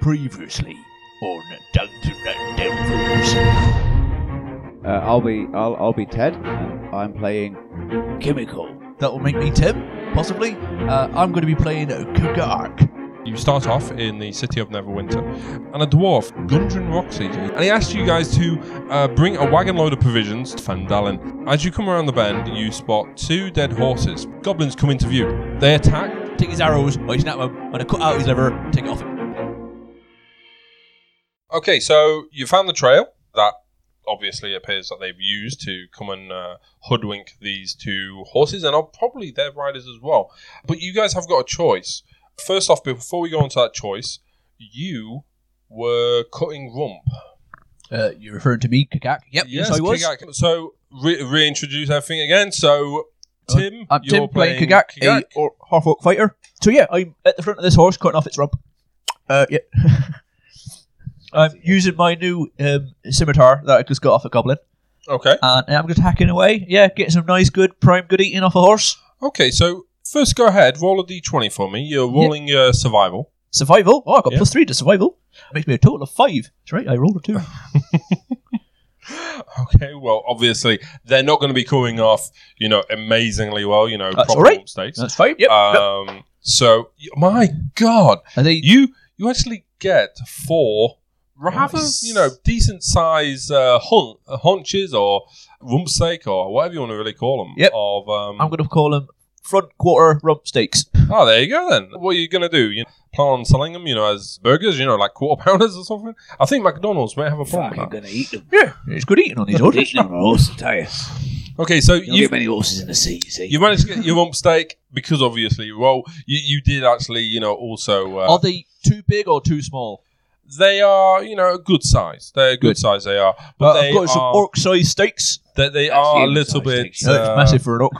Previously on Dungeons and Devils. Uh, I'll be I'll, I'll be Ted. And I'm playing. Chemical. That will make me Tim, possibly. Uh, I'm going to be playing Kugark. You start off in the city of Neverwinter, and a dwarf, Gundren Rockseater, and he asks you guys to uh, bring a wagon load of provisions to Fandalin. As you come around the bend, you spot two dead horses. Goblins come into view. They attack. Take his arrows, Oh, I snap them, and I cut out his liver, take it off him. Okay, so you found the trail that obviously appears that they've used to come and uh, hoodwink these two horses, and are probably their riders as well. But you guys have got a choice. First off, before we go on to that choice, you were cutting rump. Uh, you're referring to me, Kagak? Yep, yes, I was. Kigak. So re- reintroduce everything again. So Tim, I'm you're Uh, Tim playing Kagak, Kigak. a or, half orc fighter. So yeah, I'm at the front of this horse, cutting off its rump. Uh, yeah. I'm using my new um, scimitar that I just got off a goblin, Okay. and I'm just hacking away. Yeah, getting some nice, good prime good eating off a horse. Okay. So first, go ahead. Roll a d20 for me. You're rolling your survival. Survival. Oh, I got Yeah. plus three to survival. Makes me a total of five. That's right. I rolled a two. Okay. Well, obviously they're not going to be coming off, you know, amazingly well. You know, That's proper all right. mistakes. That's five. Yep. Um. So my God, and they you you actually get four rather Nice. you know decent size uh, hunt, hunches or rump steak or whatever you want to really call them. Yep. Of um, I'm going to call them front quarter rump steaks. Oh, there you go then. What are you gonna do? You plan on selling them, you know, as burgers, you know, like quarter pounders or something? I think McDonald's may have a problem. Fucking with that. gonna eat them. Yeah, it's good eating on these horses. Eating them on a horse, I tell you. Okay, so You don't you get many horses in the sea, you see. you managed to get your rump steak because obviously, well, you, you did actually, you know, also uh, Are they too big or too small? they are, you know, a good size. They're a good, Good. size. They are, Uh, but I've they got some are orc sized steaks. they, they That's are a huge little size, bit actually. No, it's uh, massive for an orc.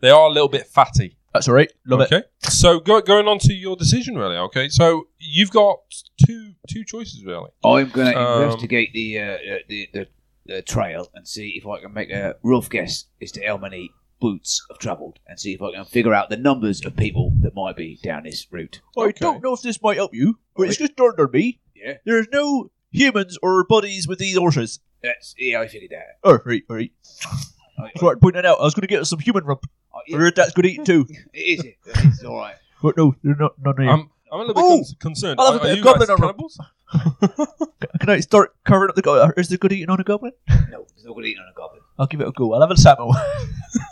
They are a little bit fatty. That's all right. Love it. okay, so go, going on to your decision, really. Okay, so you've got two two choices, really. I'm gonna Um, investigate the, uh, uh, the, the the trail and see if I can make a rough guess as to how many boots have travelled and see if I can figure out the numbers of people that might be down this route. I don't know if this might help you, but it's just dawned on me. Yeah. There's no humans or bodies with these horses. That's yeah, I figured that. Oh, right, right. I, I, That's what I pointed out. I was going to get us some human rump. I- I yeah, heard that's good eating too. it is. It's all right. But no, they're not, none of you. I'm, I'm a little bit Ooh! con- concerned. I'll have Oh! a bit Are- are of you goblin guys on- cannibals? Can I start covering up the goblin? Is there good eating on a goblin? No, there's no good eating on a goblin. I'll give it a go. I'll have a samo.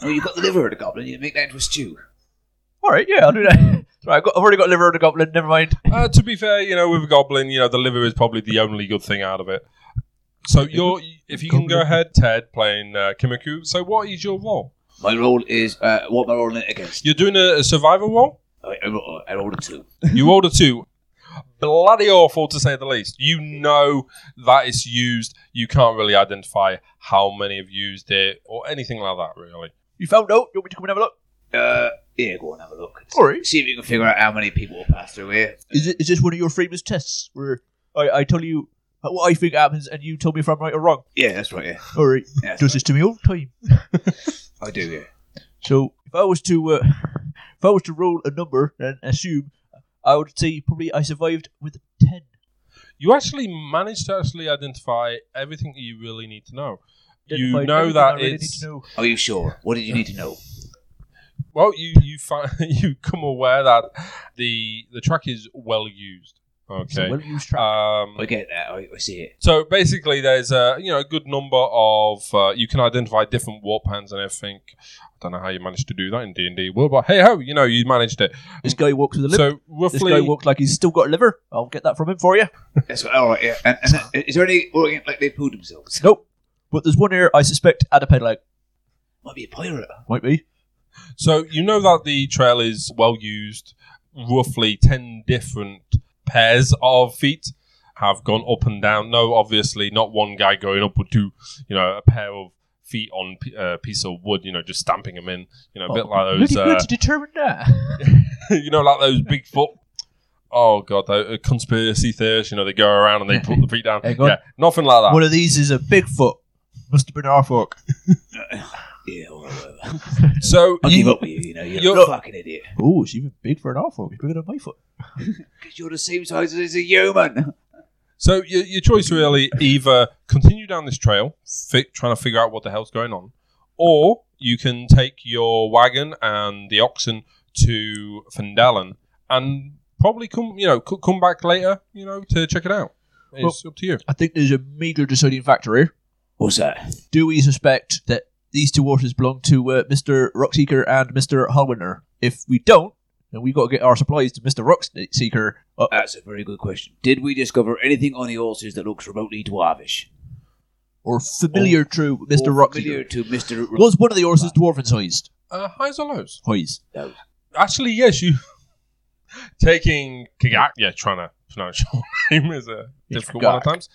Oh, you got the liver of the goblin. You can make that into a stew. All right, yeah, I'll do that. Sorry, I've, got, I've already got liver on a goblin. Never mind. Uh, to be fair, you know, with a goblin, you know, the liver is probably the only good thing out of it. So you're, if you can go ahead, Ted, playing uh, Kimiku. So what is your role? My role is uh, what am I rolling it against? You're doing a, a survival role. I, I, roll- I rolled a two. You order two. Bloody awful to say the least. You know that it's used. You can't really identify how many have used it or anything like that, really. You found out? You want me to come and have a look? Uh, yeah, go and have a look. All right. See if you can figure out how many people will pass through here. Is, it, is this one of your famous tests where I, I tell you what I think happens and you tell me if I'm right or wrong? Yeah, that's right. Yeah, All right. yeah that's Does this to me all the time. right. I do. Yeah. So if I was to uh, if I was to roll a number and assume, I would say probably I survived with ten. You actually managed to actually identify everything that you really need to know. you Identified know everything that I really it's need to know. Are you sure? What did you need to know? Well, you you find you come aware that the the track is well used. It's a Okay. well-used track. Um, I get that. I, I see it. so basically, there's a you know a good number of uh, you can identify different warp hands and everything. I don't know how you managed to do that in D and D world, but hey ho, you know you managed it. this guy walks with a liver. Uh, So this guy roughly, walks like he's still got a liver. I'll get that from him for you. That's right. All right. Yeah. And, and that, is there any organ like they pulled themselves? Nope. But there's one here I suspect had a peg leg. Might be a pirate. Might be. so you know that the trail is well used. Roughly ten different pairs of feet have gone up and down. No, obviously not one guy going up with two. You know, a pair of feet on p- a piece of wood. You know, just stamping them in. You know, a bit like those. Oh, Bloody good Uh, to determine that. you know, like those Bigfoot. Oh god, the uh, conspiracy theorists. You know, they go around and they put the feet down. Hey, go on. Ah. yeah, nothing like that. One of these is a Bigfoot. Must have been our fork. Yeah, or whatever. So I'll you- give up with you. You know, you're, You're- a fucking idiot. Oh, it's even big for an half foot. It's bigger than my foot. Because you're the same size as a human. So your, your choice really either continue down this trail, fi- trying to figure out what the hell's going on, or you can take your wagon and the oxen to Findalen and probably come, you know, c- come back later, you know, to check it out. It's up to you. I think there's a meagre deciding factor here. What's that? Do we suspect that these two horses belong to uh, Mr. Rockseeker and Mr. Hallwinner? If we don't, then we got to get our supplies to Mr. Rockseeker. Uh, That's a very good question. Did we discover anything on the horses that looks remotely dwarvish? or Oh. familiar to Mr. Or familiar Rockseeker. to Mr. R- Was one of the horses dwarven sized? Uh, highs or lows? Hoys. No. Actually, yes, you taking Kagak. Yeah, trying to pronounce your name is a It's difficult one at times.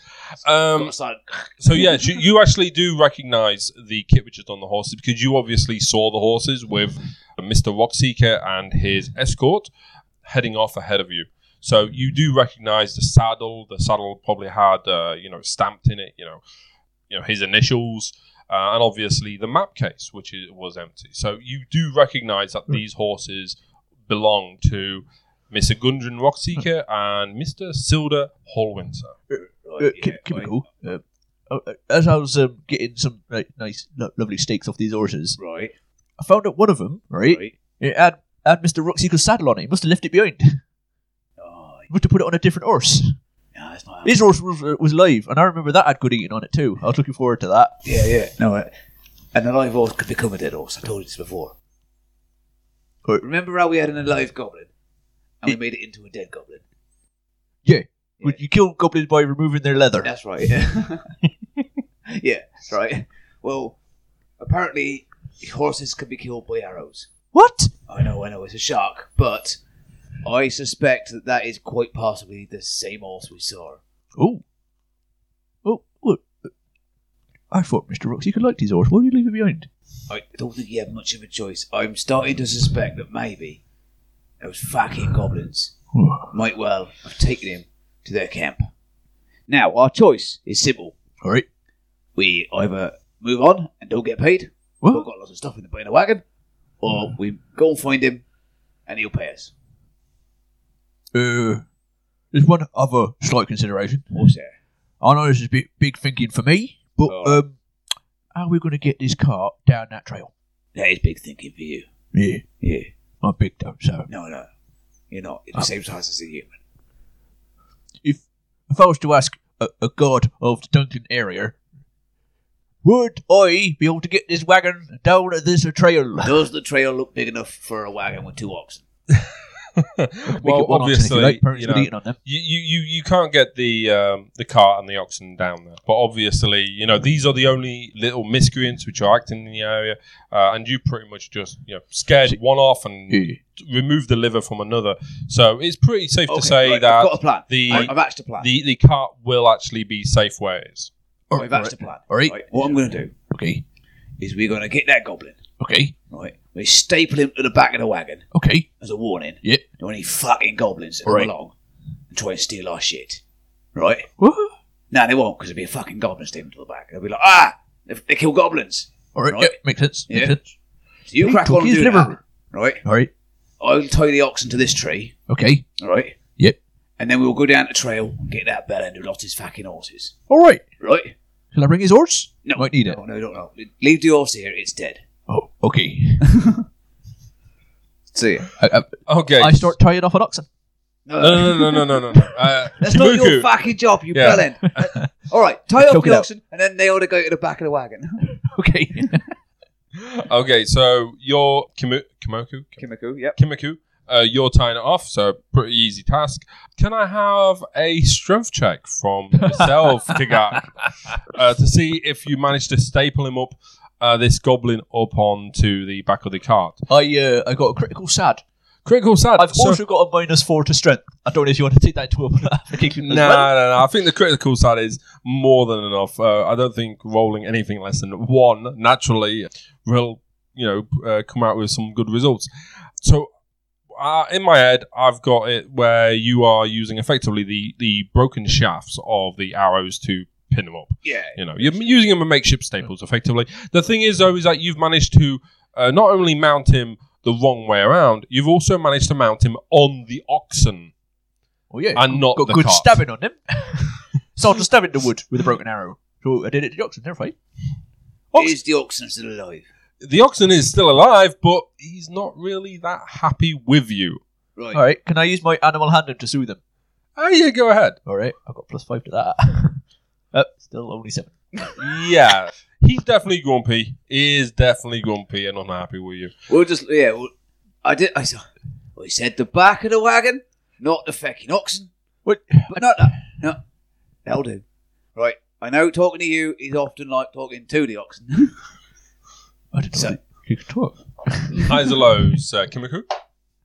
Um, Got some- uh, So yeah, you, you actually do recognise the kit which is on the horses because you obviously saw the horses with Mister Rockseeker and his escort heading off ahead of you. So you do recognise the saddle. The saddle probably had uh, you know stamped in it, you know, you know his initials, uh, and obviously the map case which is, was empty. So you do recognise that these horses belong to. Mr. Gundren Rockseeker and Mr. Silda Hallwinter. Uh, Right, keep, yeah, keep it right. cool. Uh, uh, uh, as I was um, getting some like, nice, lo- lovely steaks off these horses, Right, I found out one of them, right, right. it had, had Mr. Rockseeker's saddle on it. He must have left it behind. Oh, must have put it on a different horse. no, that's not His horse was, uh, was live, and I remember that had good eating on it too. I was looking forward to that. Yeah, yeah. No, uh, an alive horse could become a dead horse. I told you this before. Right. Remember how we had an alive goblin, and we made it into a dead goblin. Yeah. Would You kill goblins by removing their leather. That's right. Yeah, yeah that's right. Well, apparently horses can be killed by arrows. What? I know, I know, it's a shark, but I suspect that that is quite possibly the same horse we saw. Oh. Oh, what? I thought Mr. Roxy could like these horse. Why would you leave it behind? I don't think he had much of a choice. I'm starting to suspect that maybe those fucking goblins might well have taken him to their camp. Now, our choice is simple. Alright. We either move on and don't get paid, we've Well, got lots of stuff in the, in the wagon, or we go and find him and he'll pay us. uh, there's one other slight consideration. What's that? I know this is big, big thinking for me, but Oh. um, how are we going to get this cart down that trail? That is big thinking for you. Yeah, Yeah. I'm big though, so. No, no. You're not. It's the same size as a human. if if I was to ask a, a god of the Duncan area, would I be able to get this wagon down this trail? Does the trail look big enough for a wagon with two oxen? Make it one oxen if you like, parents you would know, eat it on them. you, you, you you can't get the um, the cart and the oxen down there. But obviously, you know these are the only little miscreants which are acting in the area, uh, and you pretty much just you know scared one off and remove the liver from another. So it's pretty safe to say right, I've that got a plan. the- I- I've hatched a plan. the the cart will actually be safe where it is. All I've right, hatched a plan. all right, Right, what I'm going to do okay, is we're going to get that goblin. okay, Right, we staple him to the back of the wagon okay. as a warning. Yep. There are any fucking goblins that Right. come along and try and steal our shit. Right? Woo. No, they won't because there'll be a fucking goblin sticking to the back. They'll be like, ah, they, they kill goblins. All right, Right. yep, makes sense. Makes Yeah. sense. So you They crack took on and his do that. liver. Right, All right, I'll tie the oxen to this tree. okay, Right. Yep. And then we'll go down the trail and get that bell end who lost his fucking horses. all right. Right? Shall I bring his horse? No, might need it. No, no, don't know. Leave the horse here. It's dead. Oh, okay. See. I, I, Okay, I start tying off an oxen. No, No, no, no, no, no, no. no. Uh, That's not your Ibuku, fucking job, you Yeah. bellend. All right, tie Choke it up the out. oxen, and then they ought to go to the back of the wagon. Okay. Okay, so your Kimu- Kimoku Kimiko, yep. Kimiku, uh, you're tying it off, so pretty easy task. Can I have a strength check from yourself, Kagak, uh, to see if you managed to staple him up, uh, this goblin up onto the back of the cart? I uh, I got a critical sad. Critical sad. I've so- also got a minus four to strength. I don't know if you want to take that into application. no, as well. no, no. I think the critical side is more than enough. Uh, I don't think rolling anything less than one naturally will, you know, uh, come out with some good results. So, uh, in my head, I've got it where you are using effectively the the broken shafts of the arrows to pin him up. Yeah. You know, you're using him as makeshift staples effectively. The thing is, though, is that you've managed to uh, not only mount him the wrong way around, you've also managed to mount him on the oxen Oh yeah, and not got the good cart. stabbing on him. so I'll just stab it in the wood with a broken arrow. So I did it to the oxen. They're fine. Ox- Is the oxen still alive? The oxen is still alive, but he's not really that happy with you. Right. All right. Can I use my animal handling to sue them? Oh, yeah, go ahead. All right. I've got plus five to that. uh, still only seven. Yeah, he's definitely grumpy. He is definitely grumpy and unhappy with you. We'll just yeah. We'll, I did. I saw. I said the back of the wagon, not the fucking oxen. What? But not that. No, that'll do. Right. I know talking to you is often like talking to the oxen. I didn't know So- that you could talk. Highs and lows, uh, Kimiku.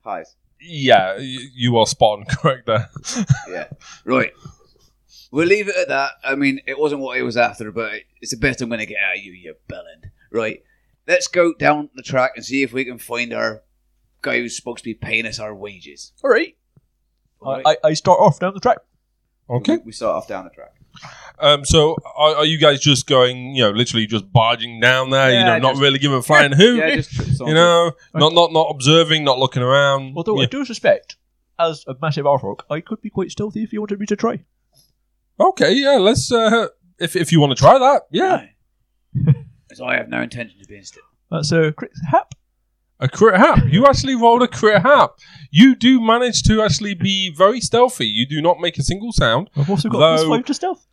Hi. Yeah, you, you are spot on correct there. right. We'll leave it at that. I mean, it wasn't what I was after, but it- it's the best I'm going to get out of you, you bellend. Right. Let's go down the track and see if we can find our guy who's supposed to be paying us our wages. All right. Right. I, I, I start off down the track. Okay. We start off down the track. Um. So, are, are you guys just going? You know, literally just barging down there. you Yeah, know, not just- really giving a flying who. Yeah, just you know, not not not observing, not looking around. Although I Mm, Yeah. do suspect, as a massive Arthrock, I could be quite stealthy if you wanted me to try. Okay, yeah, let's. Uh, if if you want to try that, yeah, Because I have no intention of being still. That's a crit hap. a crit hap. You actually rolled a crit hap. You do manage to actually be very stealthy. You do not make a single sound. I've also got Though- plus five to stealth.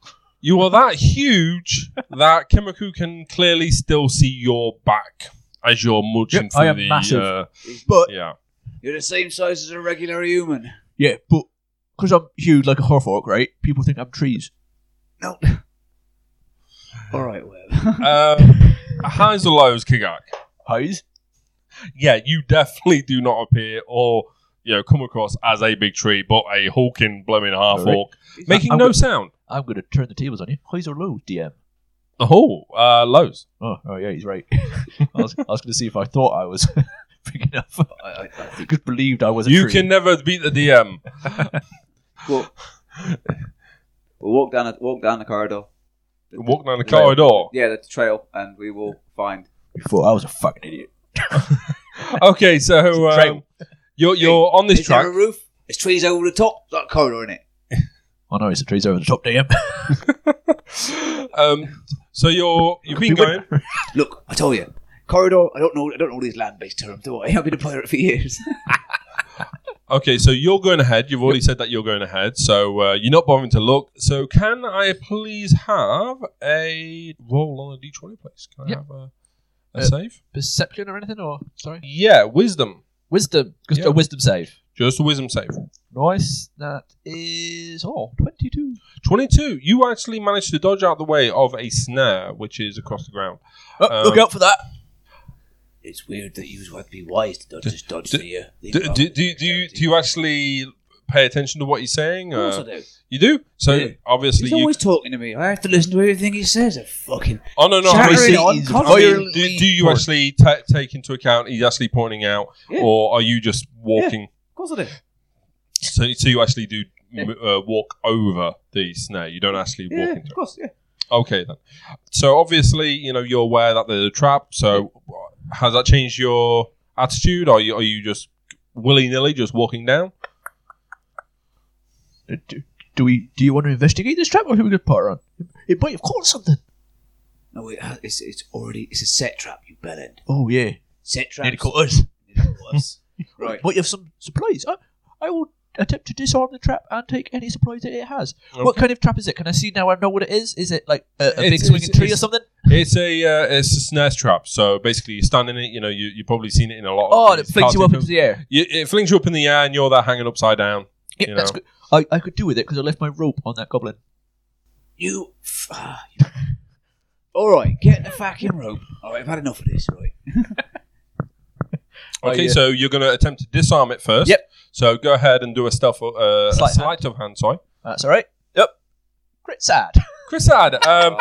You are that huge that Kimiku can clearly still see your back as you're munching Yep, through I am the. massive. Uh, But yeah, You're the same size as a regular human. yeah, but because I'm huge like a Horfork, right? People think I'm trees. No. All right, Web. um, highs or lows, Kigak. Highs. yeah, you definitely do not appear or you know come across as a big tree, but a hawking blooming half Alright. orc, making I'm no go- sound. I'm going to turn the tables on you. Highs or lows, DM? Oh, uh, lows. Oh, oh yeah, he's right. I was, I was going to see if I thought I was big enough. I, I, I think. Just believed I was a You tree. can never beat the DM. Cool. we'll walk down the, walk down the corridor. Walk down the Trail. corridor. Yeah, the trail, and we will find. You thought I was a fucking idiot. Okay, so It's a um, trail. you're you're on this Is there a track. roof? There's trees over the top. It's like a corridor in it. Oh no, it's the trees over the top, DM. Um, so you're you've been We going. went- Look, I tell you, corridor. I don't know. I don't know these land-based terms, do I? I've been a pirate for years. Okay, so you're going ahead. You've already said that you're going ahead, so uh, you're not bothering to look. So can I please have a roll on a d20, please? Can I Yep. have a, a Uh, save? Perception or anything, or sorry, Yeah, wisdom. wisdom. Just Yeah. a wisdom save. Just a wisdom save. Nice. That is oh, 22. 22. You actually managed to dodge out the way of a snare, which is across the ground. Oh, Um, look out for that. it's weird that you would be wise to dodge, D- just dodge d- the. Uh, the Do, do, do, do, you, do you actually pay attention to what he's saying? Of course I Uh, do. you do? So Yeah. obviously He's you. always talking to me. I have to listen to everything he says. I fucking. Oh, no, no. I Chattering mean, on I mean, constantly. do, do you actually ta take into account he's actually pointing out, Yeah. or are you just walking? Of course I do. So, so you actually do. m Uh, walk over the snare. You don't actually walk into it. course. Yeah. Okay then. So obviously, you know you're aware that there's a trap. So has that changed your attitude? Are you are you just willy nilly just walking down? Uh, Do, do we? Do you want to investigate this trap, or should we just put her on? It might have caught something. No, wait. uh, ha- It's it's already it's a set trap. You bellend. Oh yeah, Set trap. nearly caught us. right. Might have some supplies. I, I will attempt to disarm the trap and take any supplies that it has. What Okay. kind of trap is it? Can I see now? I know what it is. Is it like a, a big It's- swinging it's- tree or it's- something? It's a uh, it's a snare trap. So basically, you stand in it. You know you you've probably seen it in a lot. Oh, of and it flings you up into the air. you, it flings you up in the air, and you're there hanging upside down. Yeah, You that's know. good. I, I could do with it because I left my rope on that goblin. You. f- ah, you- All right, get the fucking rope. All right, I've had enough of this. Right. Oh, Okay, yeah. so you're going to attempt to disarm it first. Yep. So go ahead and do a stealth uh, Sleight a hand. sleight of hand. Sorry, That's all right. Yep. Crit sad. Chris Ad. Um,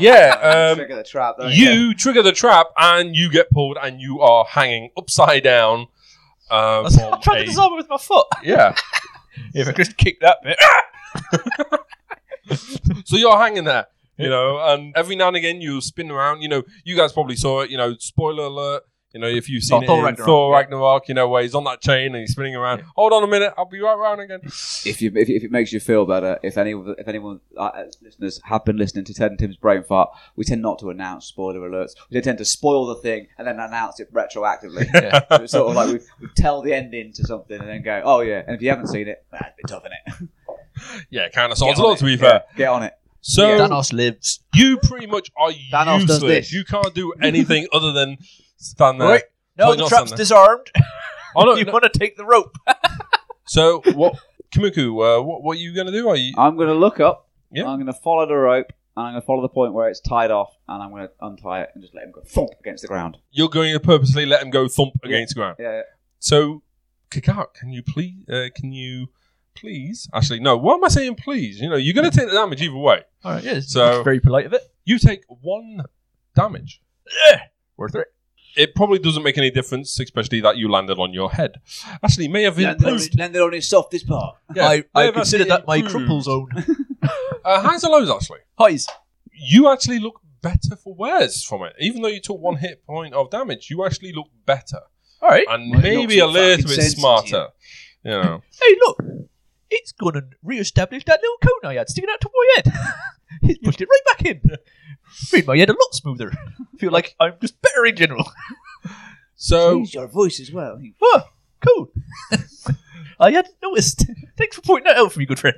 yeah, um, Oh. trigger the trap. don't you trigger the trap and you get pulled and you are hanging upside down. Uh, I'm from trying to a- disarm it with my foot. yeah. If I just kick that bit. So you're hanging there. you know, and every now and again you spin around. You know, you guys probably saw it. You know, spoiler alert. You know, if you've seen Oh, Thor it in Ragnarok, Thor yeah. Ragnarok, you know where he's on that chain and he's spinning around. Hold on a minute, I'll be right round again. If, you, if, if it makes you feel better, if any if anyone uh, uh, listeners have been listening to Ted and Tim's brain fart, we tend not to announce spoiler alerts. We tend to spoil the thing and then announce it retroactively. Yeah. so it's sort of like we, we tell the ending to something and then go, oh yeah. And if you haven't seen it, Nah, it's a bit tough, innit? Yeah, kind of sounds get a on lot it. to be Yeah, fair. get on it. So Thanos lives. you pretty much are Thanos does useless. this. You can't do anything other than stand there. Right. No, Well, the not trap's something. disarmed. Oh, no, you no. want to take the rope? So what, Kamuku? Uh, what, what are you gonna do? Are you? I'm going to look up. Yeah. I'm going to follow the rope and I'm going to follow the point where it's tied off and I'm going to untie it and just let him go thump against the ground. You're going to purposely let him go thump against the ground. Yeah. yeah. So, Kakak, can you please? Uh, can you please? Actually, no. Why am I saying please? You know, you're going to take the damage either way. All right, yes. So- That's very polite of it. You take one damage. Worth it. It probably doesn't make any difference, especially that you landed on your head. Actually, may have Landed on, improved. his, landed on his softest part. Yeah, I, may I Hmm. have consider actually that my improved. cripple zone. Uh, highs and lows, actually. Highs. You actually look better for wears from it. Even though you took one hit point of damage, you actually look better All right. and Well, it maybe looks a fucking little bit sensitive. smarter. You know. Hey, look. It's gone and re-established that little cone I had sticking out of my head. it pushed it right back in. Made my head a lot smoother. feel like I'm just better in general. So Change your voice as well. Oh, cool. I hadn't noticed. Thanks for pointing that out for me, good friend.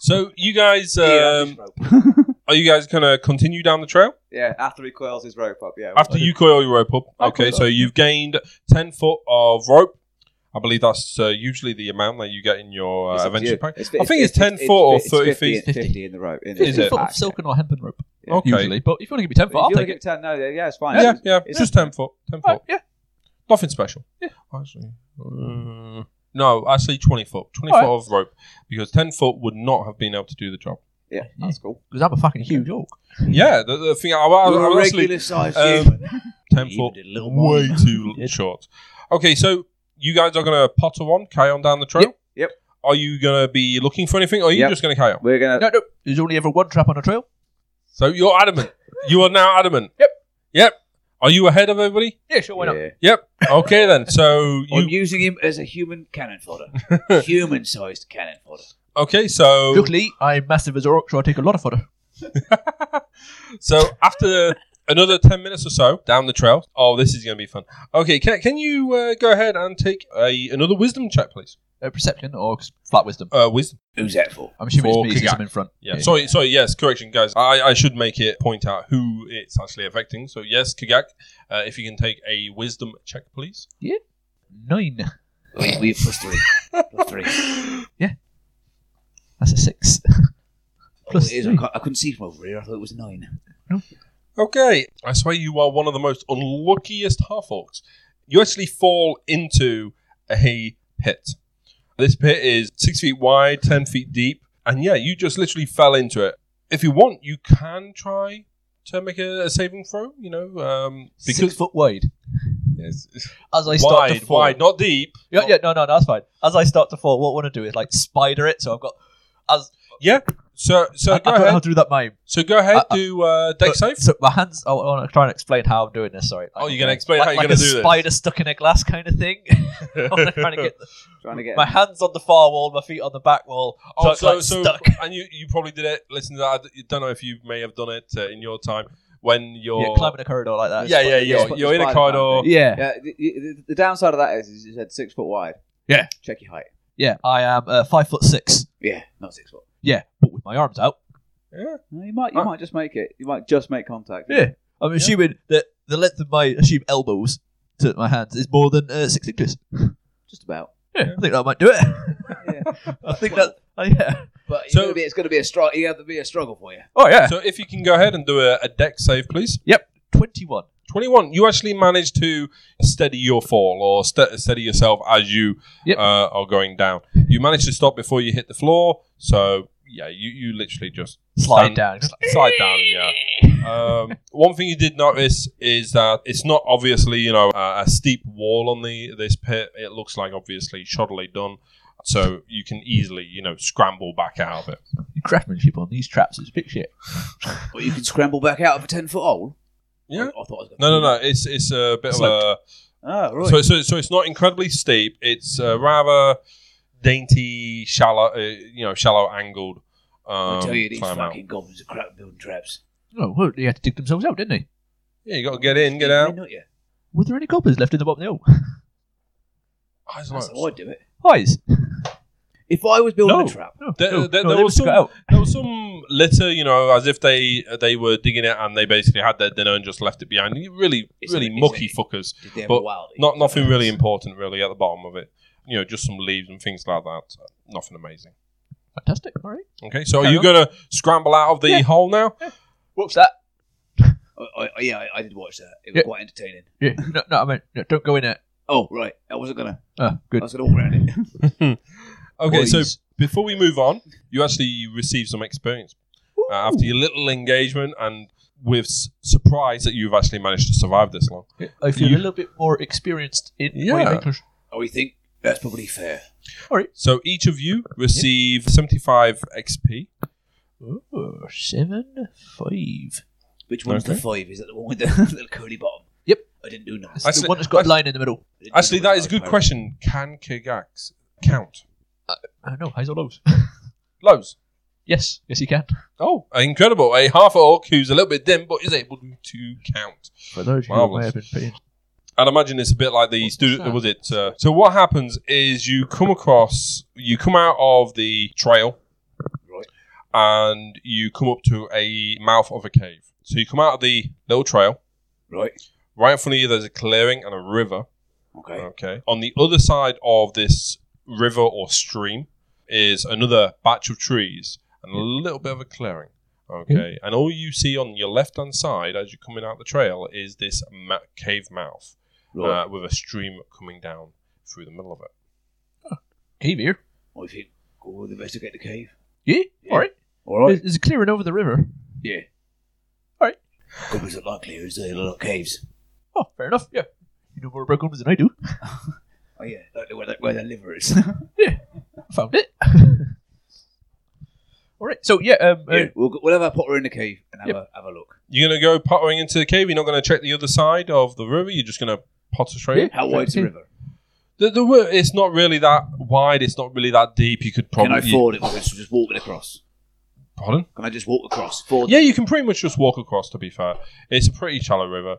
so you guys Yeah, um, are you guys gonna continue down the trail? Yeah, after he coils his rope up. Yeah. After you coil your rope up, I okay, coiled so you've gained 10 foot of rope. I believe that's uh, usually the amount that you get in your It's uh, up to adventure you. pack. It's fi- I think it's 10 fi- foot or it's 30 50 feet. and 50 in the rope. In It's Is it? full pack, of silken or hempen rope, Okay. usually. But if you want to give me 10 yeah. foot, I'll If you take give it. it 10, no, yeah, yeah, it's fine. Yeah, It's- yeah, it's- just 10 foot. 10 All right, foot. yeah. Nothing special. Yeah. Actually, uh, no, actually 20 foot. 20 All foot of rope because 10 foot would not have been able to do the job. Yeah, that's cool. Because I'm a fucking huge orc. Yeah, the, the thing I, I, You're I a honestly regular sized um, human. 10 Even foot a little way one. too short. Okay, so you guys are going to potter on, carry on down the trail? Yep, yep. Are you going to be looking for anything or are you Yep. just going to carry on? We're going to. No, no. There's only ever one trap on a trail. So you're adamant. you are now adamant. Yep. Yep. Are you ahead of everybody? Yeah, sure, why not? Yeah. Yep. Okay then. So I'm you using him as a human cannon fodder. human sized cannon fodder. okay? So Luckily, I'm massive as an orc, so I take a lot of fodder. so after another ten minutes or so down the trail. Oh, this is going to be fun. Okay, can, can you uh, go ahead and take a another wisdom check, please? Uh, perception or s- flat wisdom. Uh, wisdom. Who's that for? I'm assuming for it's me since Kigak. I'm in front. Yeah. Sorry. Sorry. Yes. Correction, guys. I, I should make it point out who it's actually affecting. So yes, Kagak, uh, if you can take a wisdom check, please. Nine. We, we have plus three. plus three. That's a six. Plus Plus Oh, it is. I, three. can't- I couldn't see from over here. I thought it was nine. Okay, I swear you are one of the most unluckiest half orcs. You actually fall into a pit. This pit is six feet wide, ten feet deep, and yeah, you just literally fell into it. If you want, you can try to make a, a saving throw. You know, um, Six because foot wide. Yes, it's As I start wide, to fall. wide, not deep. Yeah, yeah, no, no, no, that's fine. As I start to fall, what I want to do is like spider it. So I've got. As So, so I, I Uh, go don't know how ahead. to do that mime. So go ahead. I- I- do uh, deck But- save. So my hands. I want to try and explain how I'm doing this. Sorry. Oh, you're gonna explain like, how you're like gonna a do this. Spider stuck in a glass kind of thing. I'm trying to get Trying to get. my hands on the far wall, my feet on the back wall. So Oh, it's so, like so, stuck. and you, you probably did it. Listen to that. I don't know if you may have done it uh, in your time when you're Yeah, climbing a corridor like that. yeah, yeah, yeah, yeah. You're, sp- you're in a spider-man corridor. Yeah. Yeah, the, the, the downside of that is, is you said six foot wide. Yeah. Check your height. Yeah, I am uh, five foot six. Yeah, not six foot. Yeah, but with my arms out. Yeah. No, you might you Uh, might just make it. You might just make contact. Yeah. I'm assuming that the length of my assumed elbows to my hands is more than uh, six inches. Just about. Yeah, I think that might do it. I think that. Uh, yeah. But it's So- gonna be, it's going to be a struggle. You have to be a struggle for you. Oh yeah. So if you can go ahead and do a, a deck save, please. Twenty-one. 21. You actually manage to steady your fall or ste steady yourself as you Yep. uh, are going down. You manage to stop before you hit the floor. So, yeah, you, you literally just Slide stand- down. Slide down, yeah. Um, one thing you did notice is that it's not obviously, you know, a, a steep wall on the this pit. It looks like obviously shoddily done. So you can easily, you know, scramble back out of it. craftsmanship on these traps is big shit. But you can scramble back out of a ten foot hole. I, Yeah. I thought I was gonna No, no, no. It's it's a bit of a Oh, Ah, right. so, so so it's not incredibly steep. It's uh, rather dainty, shallow, uh, you know, shallow angled. Um, I tell you, these climb out. fucking goblins are crap at building traps. Oh, well, they had to dig themselves out, didn't they? Yeah, you got to get in, get out. Not yet. Were there any goblins left in the bottom of the hill? I was That's like, how I do it. Highs. If I was building No. a trap, No, There- no, there- Oh, no, there they was just got some- out. There was some litter, you know, as if they they were digging it and they basically had their dinner and just left it behind. You Really, It's really a- it's mucky a- fuckers. did they have But a wildie? Not nothing really important, really, at the bottom of it. You know, just some leaves and things like that. Nothing amazing. Fantastic. All right. Okay, so are Carry you on. gonna scramble out of the Yeah. hole now? What's that? I, I, yeah, I, I did watch that. It was Yeah. quite entertaining. Yeah, no, no, I mean, no, don't go in there. Oh, right. I wasn't gonna. Oh, good. I was gonna walk around it. Okay, so Boys. before we move on, you actually receive some experience uh, after your little engagement, and with s- surprise that you've actually managed to survive this long. I feel You- a little bit more experienced in Yeah. Waymakers. Oh, you think that's probably fair? So each of you receive seventy-five XP. Ooh, Oh, seven, five. Which one's Okay. the five? Is that the one with the little curly bottom? Yep. I didn't do nothing. That's the Actually- one that's got a line in the middle. I didn't do Actually, nothing. that is a I good was question. Can Kigax count I don't know, highs or lows. lows? yes, yes, you can. Oh, incredible! A half orc who's a little bit dim, but is able to count. For those who Marvellous. may have I'd imagine it's a bit like the What's student. that? Was it? Uh, so what happens is you come across, you come out of the trail, Right. and you come up to a mouth of a cave. So you come out of the little trail. Right. Right in front of you, there's a clearing and a river. Okay. Okay. On the other side of this river or stream is another batch of trees and a little bit of a clearing. Okay. Hmm. And all you see on your left hand side as you're coming out the trail is this ma- cave mouth right. uh, with a stream coming down through the middle of it. Cave here. uh, Well, if you go investigate the cave. Yeah, Yeah. all right. All right. There's- There's a clearing over the river. Yeah. All right. Goblins are likely who's there little caves. Oh, fair enough. Yeah. You know more about goblins than I do. Oh yeah, like where, that, where their liver is. I found it. all right. So, yeah. Um, uh, yeah, we'll, go- we'll have a potter in the cave and have, Yep. a, have a look. You're going to go pottering into the cave. You're not going to check the other side of the river. You're just going to potter straight. in? Yeah. How wide's the Hmm. Okay. river? The, the, wi- it's not really that wide. It's not really that deep. You could Can probably. I ford it? Or just just walk it across? Pardon? Can I just walk across? Ford. Yeah, you can pretty much just walk across. To be fair, it's a pretty shallow river,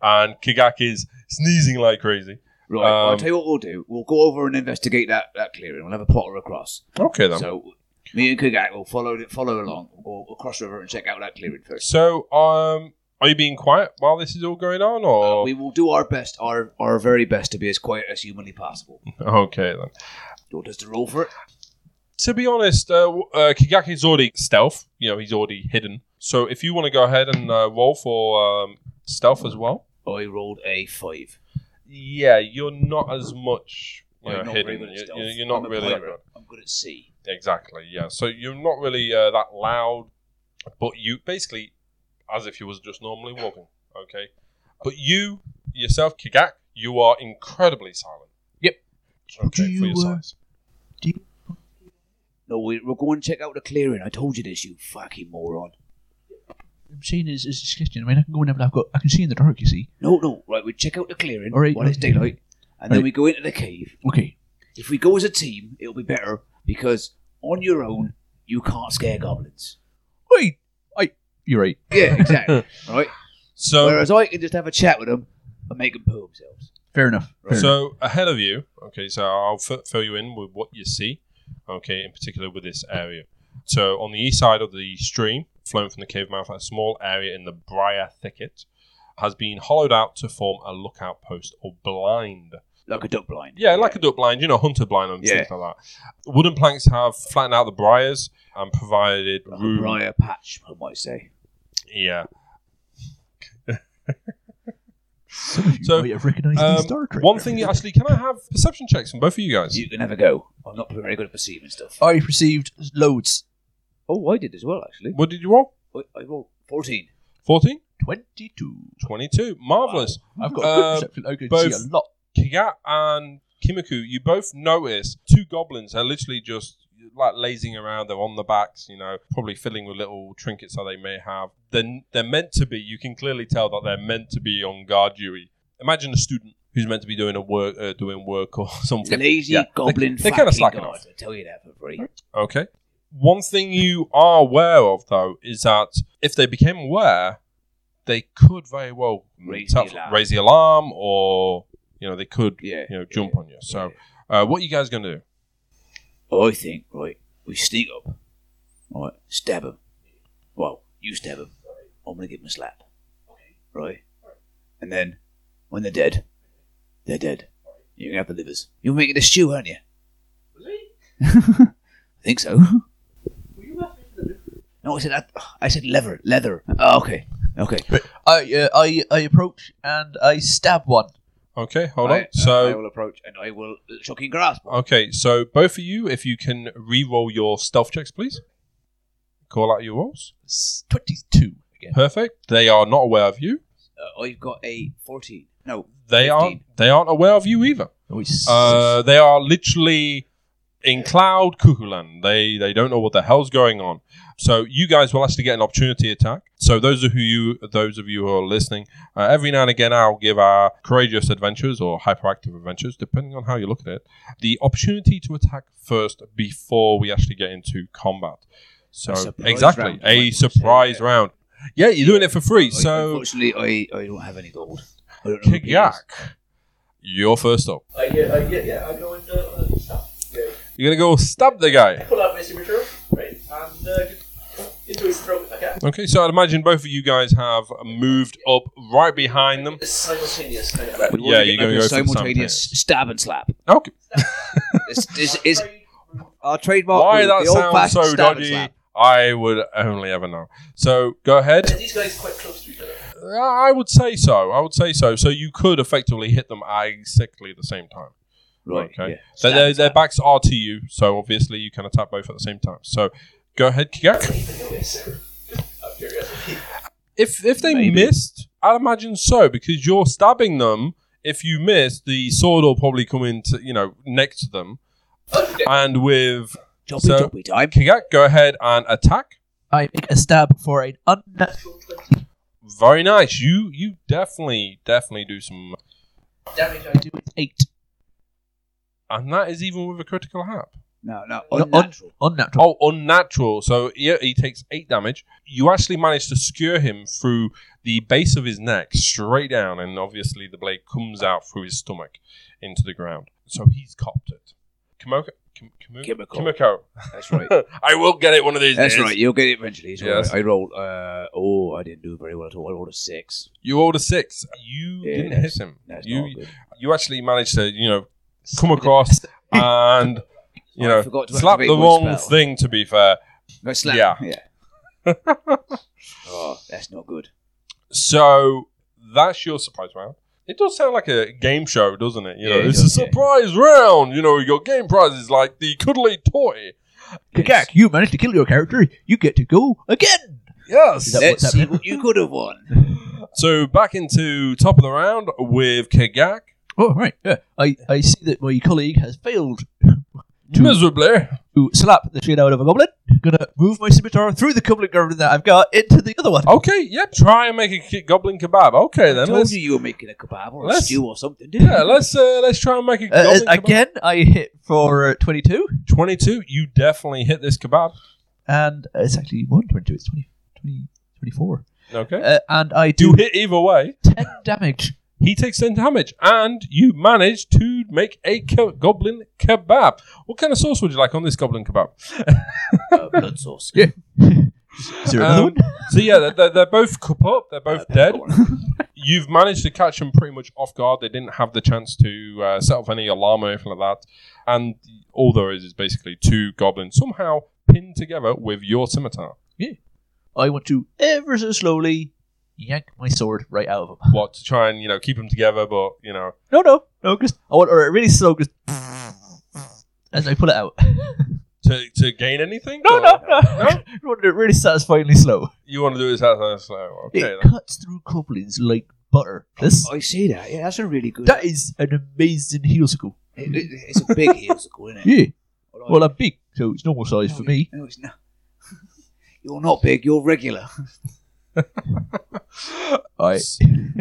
and Kigak is sneezing like crazy. Right. well, I'll Um, tell you what we'll do. We'll go over and investigate that, that clearing. We'll have a potter across. Okay then. So, So me and Kugak will follow it- follow along. We'll go across the river and check out that clearing first. um, are you being quiet while this is all going on, or We will do our best, our our very best to be as quiet as humanly possible. okay then? What does the roll for it? To be honest, uh, w- uh, Kigak is already stealth. You know, he's already hidden. So if you want to go ahead and uh, roll for um, stealth as well, I rolled a five. yeah, you're not as much you know, I'm not very hidden. good at You're, stealth. you're- you're not I'm a really pirate. that good. I'm good at sea. Exactly. Yeah. So you're not really uh, that loud, but you basically, as if you was just normally walking. Okay. But you yourself, Kigak, you are incredibly silent. Yep. Okay. Do for you, your uh, size. No, we, we'll go and check out the clearing. I told you this, you fucking moron. I'm saying is is a suggestion. I mean, I can go in there, but I've got I can see in the dark. You see. No, no. Right, we check out the clearing All right, while it's okay. daylight, and then Right. we go into the cave. Okay. If we go as a team, it'll be better because on your own you can't scare goblins. Wait. I. You're right. Yeah, exactly. right. So Whereas I can just have a chat with them and make them poo themselves. Fair enough. Fair enough. so ahead of you. Okay. So I'll f- fill you in with what you see. Okay. In particular with this area. So on the east side of the stream, flowing from the cave mouth, a small area in the briar thicket has been hollowed out to form a lookout post or blind. Like a duck blind. Yeah, like a duck blind, you know, hunter blind and Yeah. things like that. Wooden planks have flattened out the briars and provided Like room. a briar patch, I might say. Yeah. Some of you so, might have recognised um, Oh, the Star Trek. One thing, actually, can I have perception checks from both of you guys? You can have a go. I'm not very good at perceiving Oh, stuff. I received loads. Oh, I did as well, actually. What did you roll? I, I rolled 14. 14? Twenty-two. 22. Marvellous. I've got a good Uh, perception. I can see both- a lot. Kigat and Kimiku, you both notice two goblins are literally just like lazing around. They're on the backs, you know, probably fiddling with little trinkets that they may have. Then they're meant to be. You can clearly tell that they're meant to be on guard duty. Imagine a student who's meant to be doing a work, uh, doing work or something. Lazy Yeah, they- goblin they're kinda fucking slacking god. off. I tell you that for free. Okay. One thing you are aware of, though, is that if they became aware, they could very well Raise tell- the alarm. raise the alarm, or you know, they could Yeah, you know jump on you. So, uh, what are you guys going to do? I think, right, we sneak up, right, stab him. Well, you stab him. I'm going to give him a slap. Right? And then, when they're dead, they're dead. You can have the livers. You're making a stew, aren't you? I think so. No, I said that. I said leather, leather. Oh, okay, okay. I, uh, I I approach and I stab one. Okay, hold I, on. So, I will approach. And I will shocking grasp. Okay, so both of you, if you can re-roll your stealth checks, please. Call out your rolls. S- Twenty-two again. Perfect. They are not aware of you. Uh, I've got a fourteen. No, They 15. aren't. They aren't aware of you either. Oh, it's- Uh, they are literally in cloud cuckoo land. They they don't know what the hell's going on. So you guys will actually get an opportunity attack. So those of who you those of you who are listening, uh, every now and again I'll give our courageous adventures or hyperactive adventures, depending on how you look at it, the opportunity to attack first before we actually get into combat. So A surprise exactly round, you might a want to say, surprise yeah. round. Yeah, Oh, you're doing it for free. I- so unfortunately, I, I don't have any gold. I don't know. who he is. Kigyak, you're first up. Uh, yeah, uh, yeah, yeah. I go and uh, stop. Yeah. You're gonna go stab the guy. Pull out my signature, right, and uh, get into his throat. Okay. Okay, so I'd imagine both of you guys have moved up right behind them. It's simultaneous. Kind of. We Yeah, want to you're get like gonna go a for the simultaneous stab and slap. Okay. This, this is Our trademark. Why rule, that the old-fashioned sounds so stab and dodgy, slap. I would only ever know. So go ahead. Uh, And these guys are quite close to each other. I would say so. I would say so. So you could effectively hit them exactly at the same time. right. okay. yeah. So Stab their, and their slap. backs are to you, so obviously you can attack both at the same time. So go ahead, Kigak. Out of curiosity. If if they Maybe. missed, I'd imagine so because you're stabbing them. If you miss, the sword will probably come into you know next to them, and with Choppy, so- choppy time. Kigak, go ahead and attack. I make a stab for an unnatural twenty. Very nice. You you definitely definitely do some, Damage I I do. do with eight and that is even with a critical hap. No, no. No, un- Unnatural. unnatural. Oh, unnatural. So he, he takes eight damage. You actually manage to skewer him through the base of his neck straight down, and obviously the blade comes out through his stomach into the ground. So he's copped it. Kimoko. Kim, Kimu- Kimiko. Kimiko. That's right. I will get it one of these That's days. right. You'll get it eventually. It's all Yes. right. I rolled. Uh, oh, I didn't do very well at all. I rolled a six. You rolled a six. You Yeah, didn't that's- hit him. That's not You good. you actually managed to you know come across and you I know forgot to slap activate the my wrong spell. thing. To be fair, I slapped. Yeah. Yeah. oh, that's not good. so that's your surprise round. It does sound like a game show, doesn't it? You know, Yeah, it it's does, a yeah. surprise round. You know, you got game prizes like the cuddly toy. Kagak, you managed to kill your character. You get to go again. Yes. That- Let's what's see happening? what you could have won. So back into top of the round with Kagak Oh right, yeah. I, I see that my colleague has failed Two. miserably. to slap the shit out of a goblin. Gonna move my scimitar through the goblin goblin that I've got into the other one. Okay, yeah. Try and make a ki- goblin kebab. Okay, I then told let's you you were making a kebab or a let's- stew or something, didn't yeah you? let's uh, let's try and make a Uh, uh, goblin kebab. again, I hit for uh, twenty-two, Twenty-two. You definitely hit this kebab. and uh, it's actually one twenty-two. It's 20, 20, 24. Okay. Uh, and I Do do hit either way. ten damage. He takes 10 damage, and you manage to make a ke- goblin kebab. What kind of sauce would you like on this goblin kebab? Uh, blood sauce. Yeah. Is there another Um, one? so, yeah, they're, they're, they're both cup up, they're both Uh, dead. peppercorn. You've managed to catch them pretty much off guard. They didn't have the chance to uh, set off any alarm or anything like that. And all there is is basically two goblins somehow pinned together with your scimitar. I want to ever so slowly yank my sword right out of him. What, to try and, you know, keep them together, but, you know, No, no, no. Just I want her really slow. Just as I pull it out. to, to gain anything? No, or- no, no. I want to do it really satisfyingly slow. You want to do this as as slow. Okay, it then. cuts through goblins like butter. This I Oh, see that. Yeah, that's a really good. that is an amazing heelsicle. It- it- it's a big musical, isn't it? Yeah, I But I- Well, uh, I'm big, so it's normal size for me. No, it's not. you're not big. You're regular. I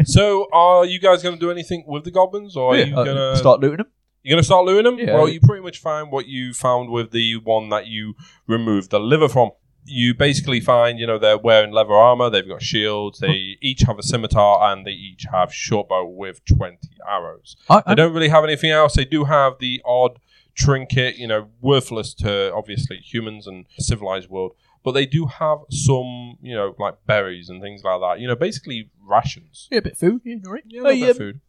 so, are you guys going to do anything with the goblins, or are you Yeah, uh, going to start looting them. You're going to start looting them, Yeah. or you pretty much find what you found with the one that you removed the liver from. You basically find, you know, they're wearing leather armor, they've got shields, they each have a scimitar, and they each have short bow with 20 arrows. I, They I'm- don't really have anything else. They do have the odd trinket, you know, worthless to obviously humans and civilized world, but they do have some, you know, like berries and things like that. You know, basically rations. yeah, a bit of food. Yeah, all right. Yeah, I, a bit of um, food.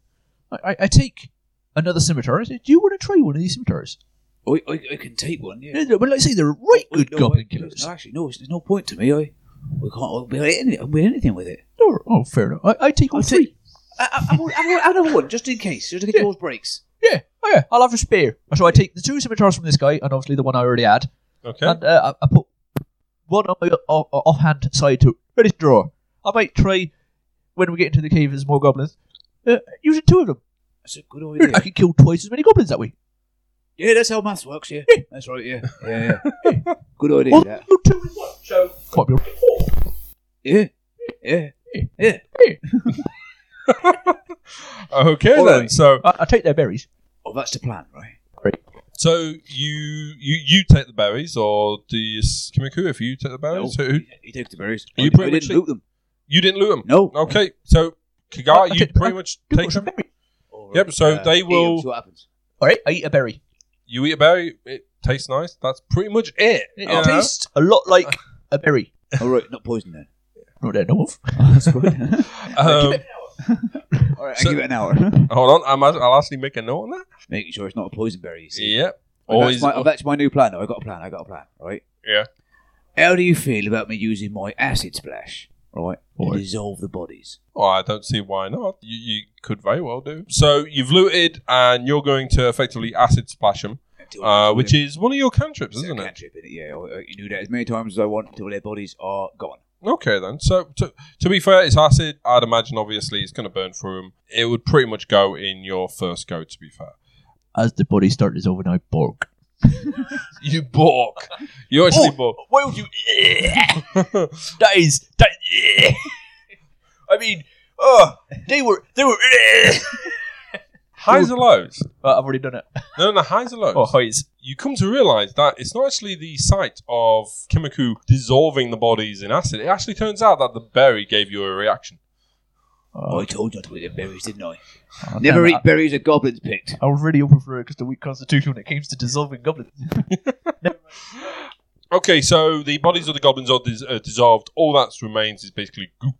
I, I, I take another scimitar. I say, do you want to try one of these scimitars? I, Oh, I, I can take one. Yeah. Yeah. Well, like I say, they're right Oh, good no, goblin I- killers. No, actually, no. it's- There's no point to me. I we can't. I'll be anything, I'll be anything with it. No, oh, fair enough. I, I take all I'll three. take. I, I, I, want- I, want- I have one just in case. Just in case Yeah. yours breaks. Yeah, oh yeah, I'll have a spear. So I take the two scimitars from this guy, and obviously the one I already had, Okay. and uh, I, I put one on my o- o- offhand side to ready to draw. I might try when we get into the cave. There's more goblins. Uh, using two of them, That's a good idea. I can kill twice as many goblins that way. Yeah, that's how maths works. Yeah, that's right. Yeah, yeah. yeah. good idea. Well, that. you two in one, so might be all right. Yeah, yeah. Okay, All then. right. So. I, I take their berries. Oh, that's the plan, right? So you you you take the berries, or do you, s- Kimiku? If you take the berries, who, Oh, He- He took the berries. You I- I pretty didn't much- loot them. you didn't loot them. No. Okay, so Kigar, I- I you took- pretty I much Two take of them. them. All Yep, so they eat 'em, will- Uh, See what happens? All right, I eat a berry. You eat a berry. It tastes nice. That's pretty much it. It you know? Uh-huh. tastes a lot like a berry. All right, not poison then. Not that I know of. That's good. Um, All right, So- I give it an hour. hold on, I'm, act- I'll actually make a note on that. Making sure it's not a poison berry. You see. Yep. Oh, Always. that's, my, that's my new plan. though. I got a plan. I got a plan. Right. Yeah. How do you feel about me using my acid splash? Right. To Right. dissolve the bodies. Well, oh, I don't see why not. You, you could very well do. So you've looted, and you're going to effectively acid splash them, Until I uh, kill which them. is one of your cantrips, It's a isn't it? cantrip, innit? Yeah. I- I- You do that as many times as I want until their bodies are gone. Okay then. So to, to be fair, it's acid. I'd imagine obviously it's going to burn through them. It would pretty much go in your first go. To be fair, As the body starts is over, I bark. you balk. You actually balk. Why would you? that is that. I mean, oh, they were they were. highs or lows? I've already done it. No, no, highs or lows. Oh, highs. You come to realize that it's not actually the sight of Kimiku dissolving the bodies in acid. It actually turns out that the berry gave you a reaction. I told you not to eat the berries, didn't I? Oh, Never damn, eat berries that goblins picked. I, I was really hoping for it because the weak constitution when it came to dissolving goblins. Okay, so the bodies of the goblins are dis- uh, dissolved. All that remains is basically goo.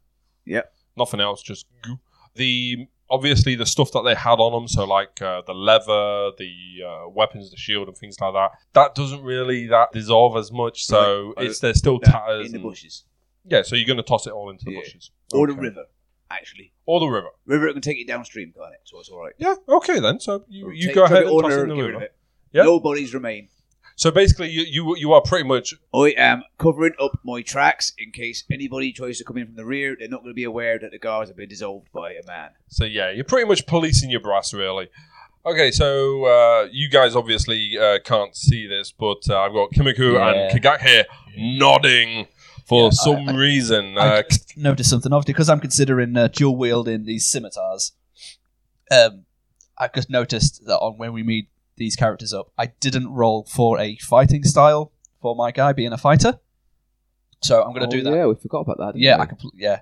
Yep. Nothing else, just goo. The obviously the stuff that they had on them, so like uh, the leather, the uh, weapons, the shield, and things like that. That doesn't really that dissolve as much. So Right. it's they're still tatters. in the and- bushes. Yeah, so you're going to toss it all into the Yeah. bushes Or the Okay. river, actually. Or the river. River can take it downstream, can't it? So it's all right. Yeah. Okay then. So you, Or you take- go chuck ahead it and all toss it in and the get rid river. of it. Yep. No bodies remain. So basically, you, you you are pretty much I am covering up my tracks in case anybody tries to come in from the rear. They're not going to be aware that the guards have been dissolved by a man. So yeah, you're pretty much policing your brass, really. Okay, so uh, you guys obviously uh, can't see this, but uh, I've got Kimiku Yeah. and Kagak here nodding for some reason. uh, I just noticed something obviously because I'm considering uh, dual wielding these scimitars. Um, I just noticed that on when we made these characters up, I didn't roll for a fighting style for my guy being a fighter. So I'm going to do that. Oh, Yeah, we forgot about that. didn't Yeah, we? I can. pl- Yeah,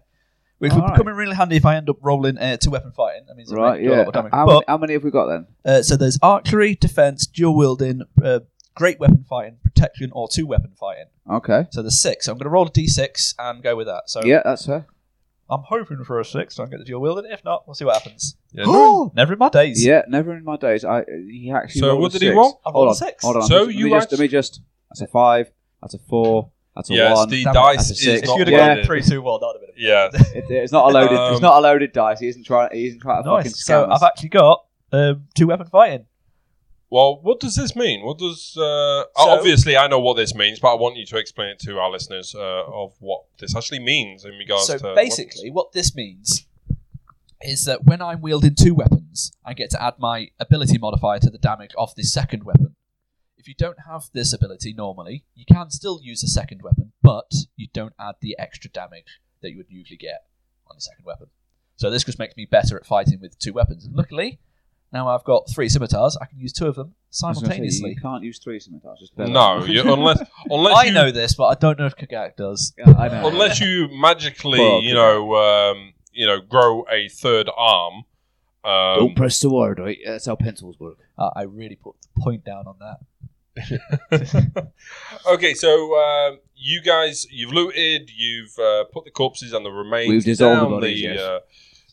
which would Alright. come in really handy if I end up rolling uh, two weapon fighting. That means I Right, might do a lot yeah. of damage. How, many, But how many have we got then? uh, so there's archery, defense, dual wielding, uh, great weapon fighting, protection, or two weapon fighting. Okay. So there's six. So I'm going to roll a d6 and go with that. So Yeah, that's fair. I'm hoping for a six, so I can get the dual wielding. If not, we'll see what happens. yeah, no- Never in my days. Yeah, never in my days. I he actually. So rolled a what did he six. roll? I rolled Hold a on, six. hold on. So let me you just, act- let me just. That's a five. That's a four. That's a yes, one. the Damn it, dice that's a is six. If not you'd Yeah. have loaded. gone three, two, one, that'd have been. Yeah, It, it's not a loaded. Um, it's not a loaded dice. He isn't trying. He isn't trying to fucking Nice. So scam us. I've actually got um, two weapon fighting. Well, what does this mean? What does uh, So- obviously I know what this means, but I want you to explain it to our listeners uh, of what this actually means in regards so to weapons. basically, what this means is that when I'm wielding two weapons, I get to add my ability modifier to the damage of the second weapon. If you don't have this ability normally, you can still use a second weapon, but you don't add the extra damage that you would usually get on the second weapon. So this just makes me better at fighting with two weapons. And luckily, now I've got three scimitars, I can use two of them I was gonna say, you simultaneously. can't use three scimitars. Just bear that in No, mind. you, unless unless I you, know this, but I don't know if Kagak does. Yeah, I know. unless you magically, Fuck. you know, um, you know, grow a third arm. Um, Don't press the word, right? That's how pencils work. Uh, I really put the point down on that. okay, so um, you guys, you've looted, you've uh, put the corpses and the remains We've dissolved down the bodies, yes. uh,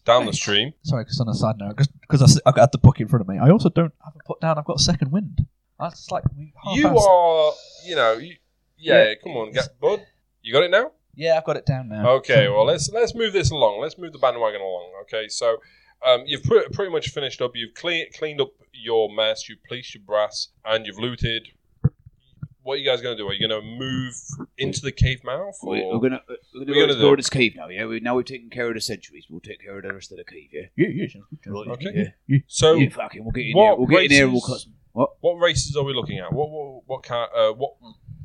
down the stream. Sorry, because on a side note, because I've got the book in front of me, I also don't have a put down. I've got a second wind. That's like we you half-assed- are, you know, you, yeah, Come on, get bud. You got it now. Yeah, I've got it down now. Okay, well let's let's move this along. Let's move the bandwagon along. Okay, so um, you've pr- pretty much finished up. You've clean, cleaned up your mess. You've policed your brass, and you've looted. What are you guys going to do? Are you going to move into the cave mouth? We- or- We're gonna uh, we're gonna We're go gonna explore do- this cave now. Yeah, we, now we've taken care of the centuries. We'll take care of the rest of the cave. Yeah. Yeah, yeah, sounds good, sounds Right, good. Okay. Yeah. so, yeah, fucking. We'll get in what there. We'll get in there. and We'll cut. races- Some, what? what races are we looking at? What what what car- uh, what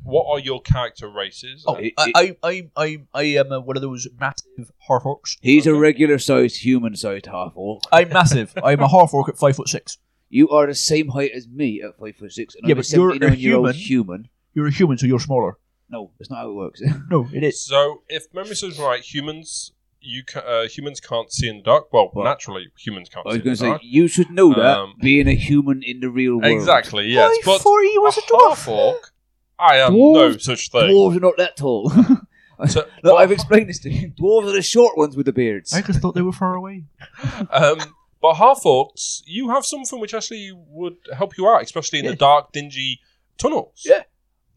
what are your character races? Oh, Uh, It- it- I, I, I, I, I am uh, one of those massive half orcs. He's a Okay. regular sized human sized half orc. I'm massive. I'm a half orc at five foot six. You are the same height as me at five foot six, and Yeah, I'm a but you're a seventy nine year human. old human. You're a human, so you're smaller. No, that's not how it works. No, it is. So, if memory serves right, humans you ca- uh, humans can't see in the dark. Well, What? naturally, humans can't I was see in the going to say dark. you should know that Um, being a human in the real world. Exactly. Yes, I but thought he was a half dwarf. orc. I am Dwarf- no such thing. Dwarves are not that tall. So, Look, I've explained this to you. Dwarves are the short ones with the beards. I just thought they were far away. um, but half orcs, you have something which actually would help you out, especially in the Yeah. dark, dingy tunnels. Yeah.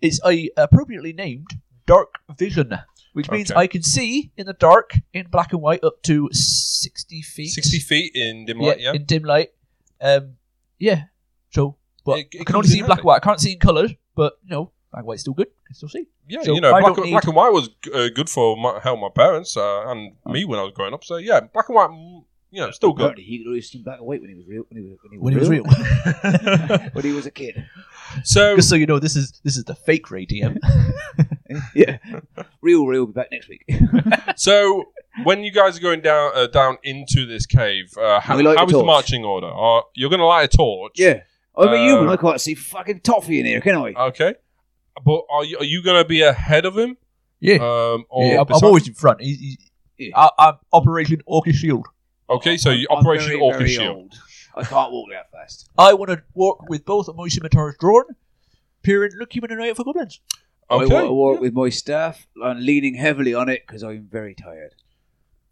It's I appropriately named dark vision, which means Okay. I can see in the dark in black and white up to sixty feet. Sixty feet in dim light. Yeah. in dim light. Um, yeah. So, but It- it I can comes only see in in black and handy. white. I can't see in colour, but you know, black and white's still good. I can still see. Yeah, So you know, I black, don't need- black and white was uh, good for my, hell my parents uh, and me when I was growing up. So yeah, black and white, mm, you know, still good. Apparently, he could always seem black and white when he was real. When he was, when he was, When it was real. when he was a kid. So Just so you know, this is this is the fake radium. yeah, real, real. Be back next week. so when you guys are going down uh, down into this cave, uh, how, We light how a is the torch. marching order? Are you're going to light a torch? yeah, I'm a Uh, human. I can't see fucking toffee in here, can I? Okay. But are you, are you going to be ahead of him? yeah. Um, or Yeah, I'm, I'm beside- always in front. He- he- Yeah. I, I'm Operation Orca Shield. Okay, so you I'm Operation very, Orca very Shield. old. I can't walk that fast. I want to walk with both of my scimitars drawn, peering, looking in an eye out for goblins. I want Okay. to walk with my staff. I'm leaning heavily on it because I'm very tired.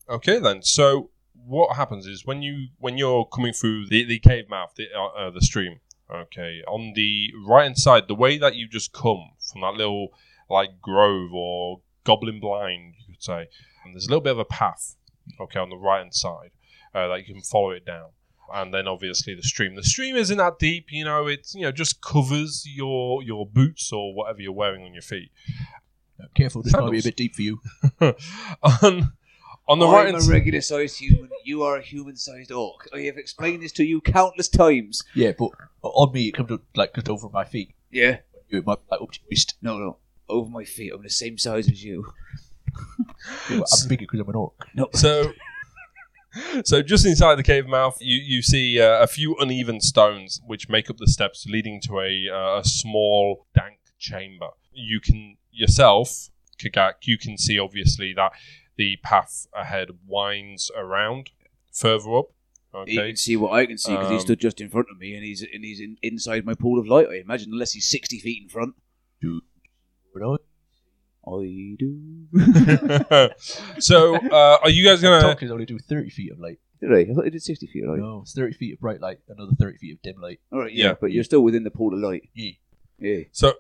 Okay then. So what happens is when you when you're coming through the, the cave mouth, the uh, uh, the stream. Okay, on the right hand side, the way that you just come from that little like grove or goblin blind, you could say. And there's a little bit of a path. Okay, on the right hand side, uh, that you can follow it down. And then obviously the stream. The stream isn't that deep, you know. It's you know just covers your your boots or whatever you're wearing on your feet. Uh, Careful, this might be a Sandals. bit deep for you. on on the I'm right hand a side. regular sized human. You are a human sized orc. I have explained this to you countless times. Yeah, but on me, it comes up, like just over my feet. Yeah. It might be like up to your waist. No, no. Over my feet. I'm the same size as you. Yeah, but I'm bigger because I'm an orc. No. So, so just inside the cave mouth, you you see uh, a few uneven stones which make up the steps leading to a uh, a small dank chamber. You can yourself, Kagak, you can see obviously that the path ahead winds around further up. He Okay, can see what I can see because he Um, stood just in front of me, and he's and he's in, inside my pool of light. I imagine, unless he's sixty feet in front. You know? I do. so uh, are you guys gonna? Talkers only do 30 feet of light. did I? I thought I did sixty feet. Right? No, it's 30 feet of bright light, another 30 feet of dim light. All right, yeah, Yeah. but you're still within the pool of light. Yeah. Yeah. So,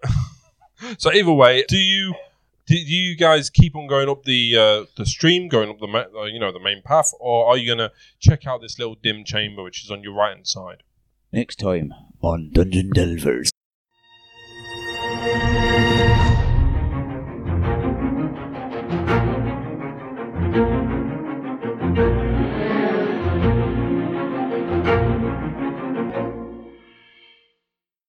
so either way, do you do you guys keep on going up the uh, the stream, going up the ma- uh, you know the main path, or are you gonna check out this little dim chamber which is on your right hand side? Next time on Dungeon Delvers.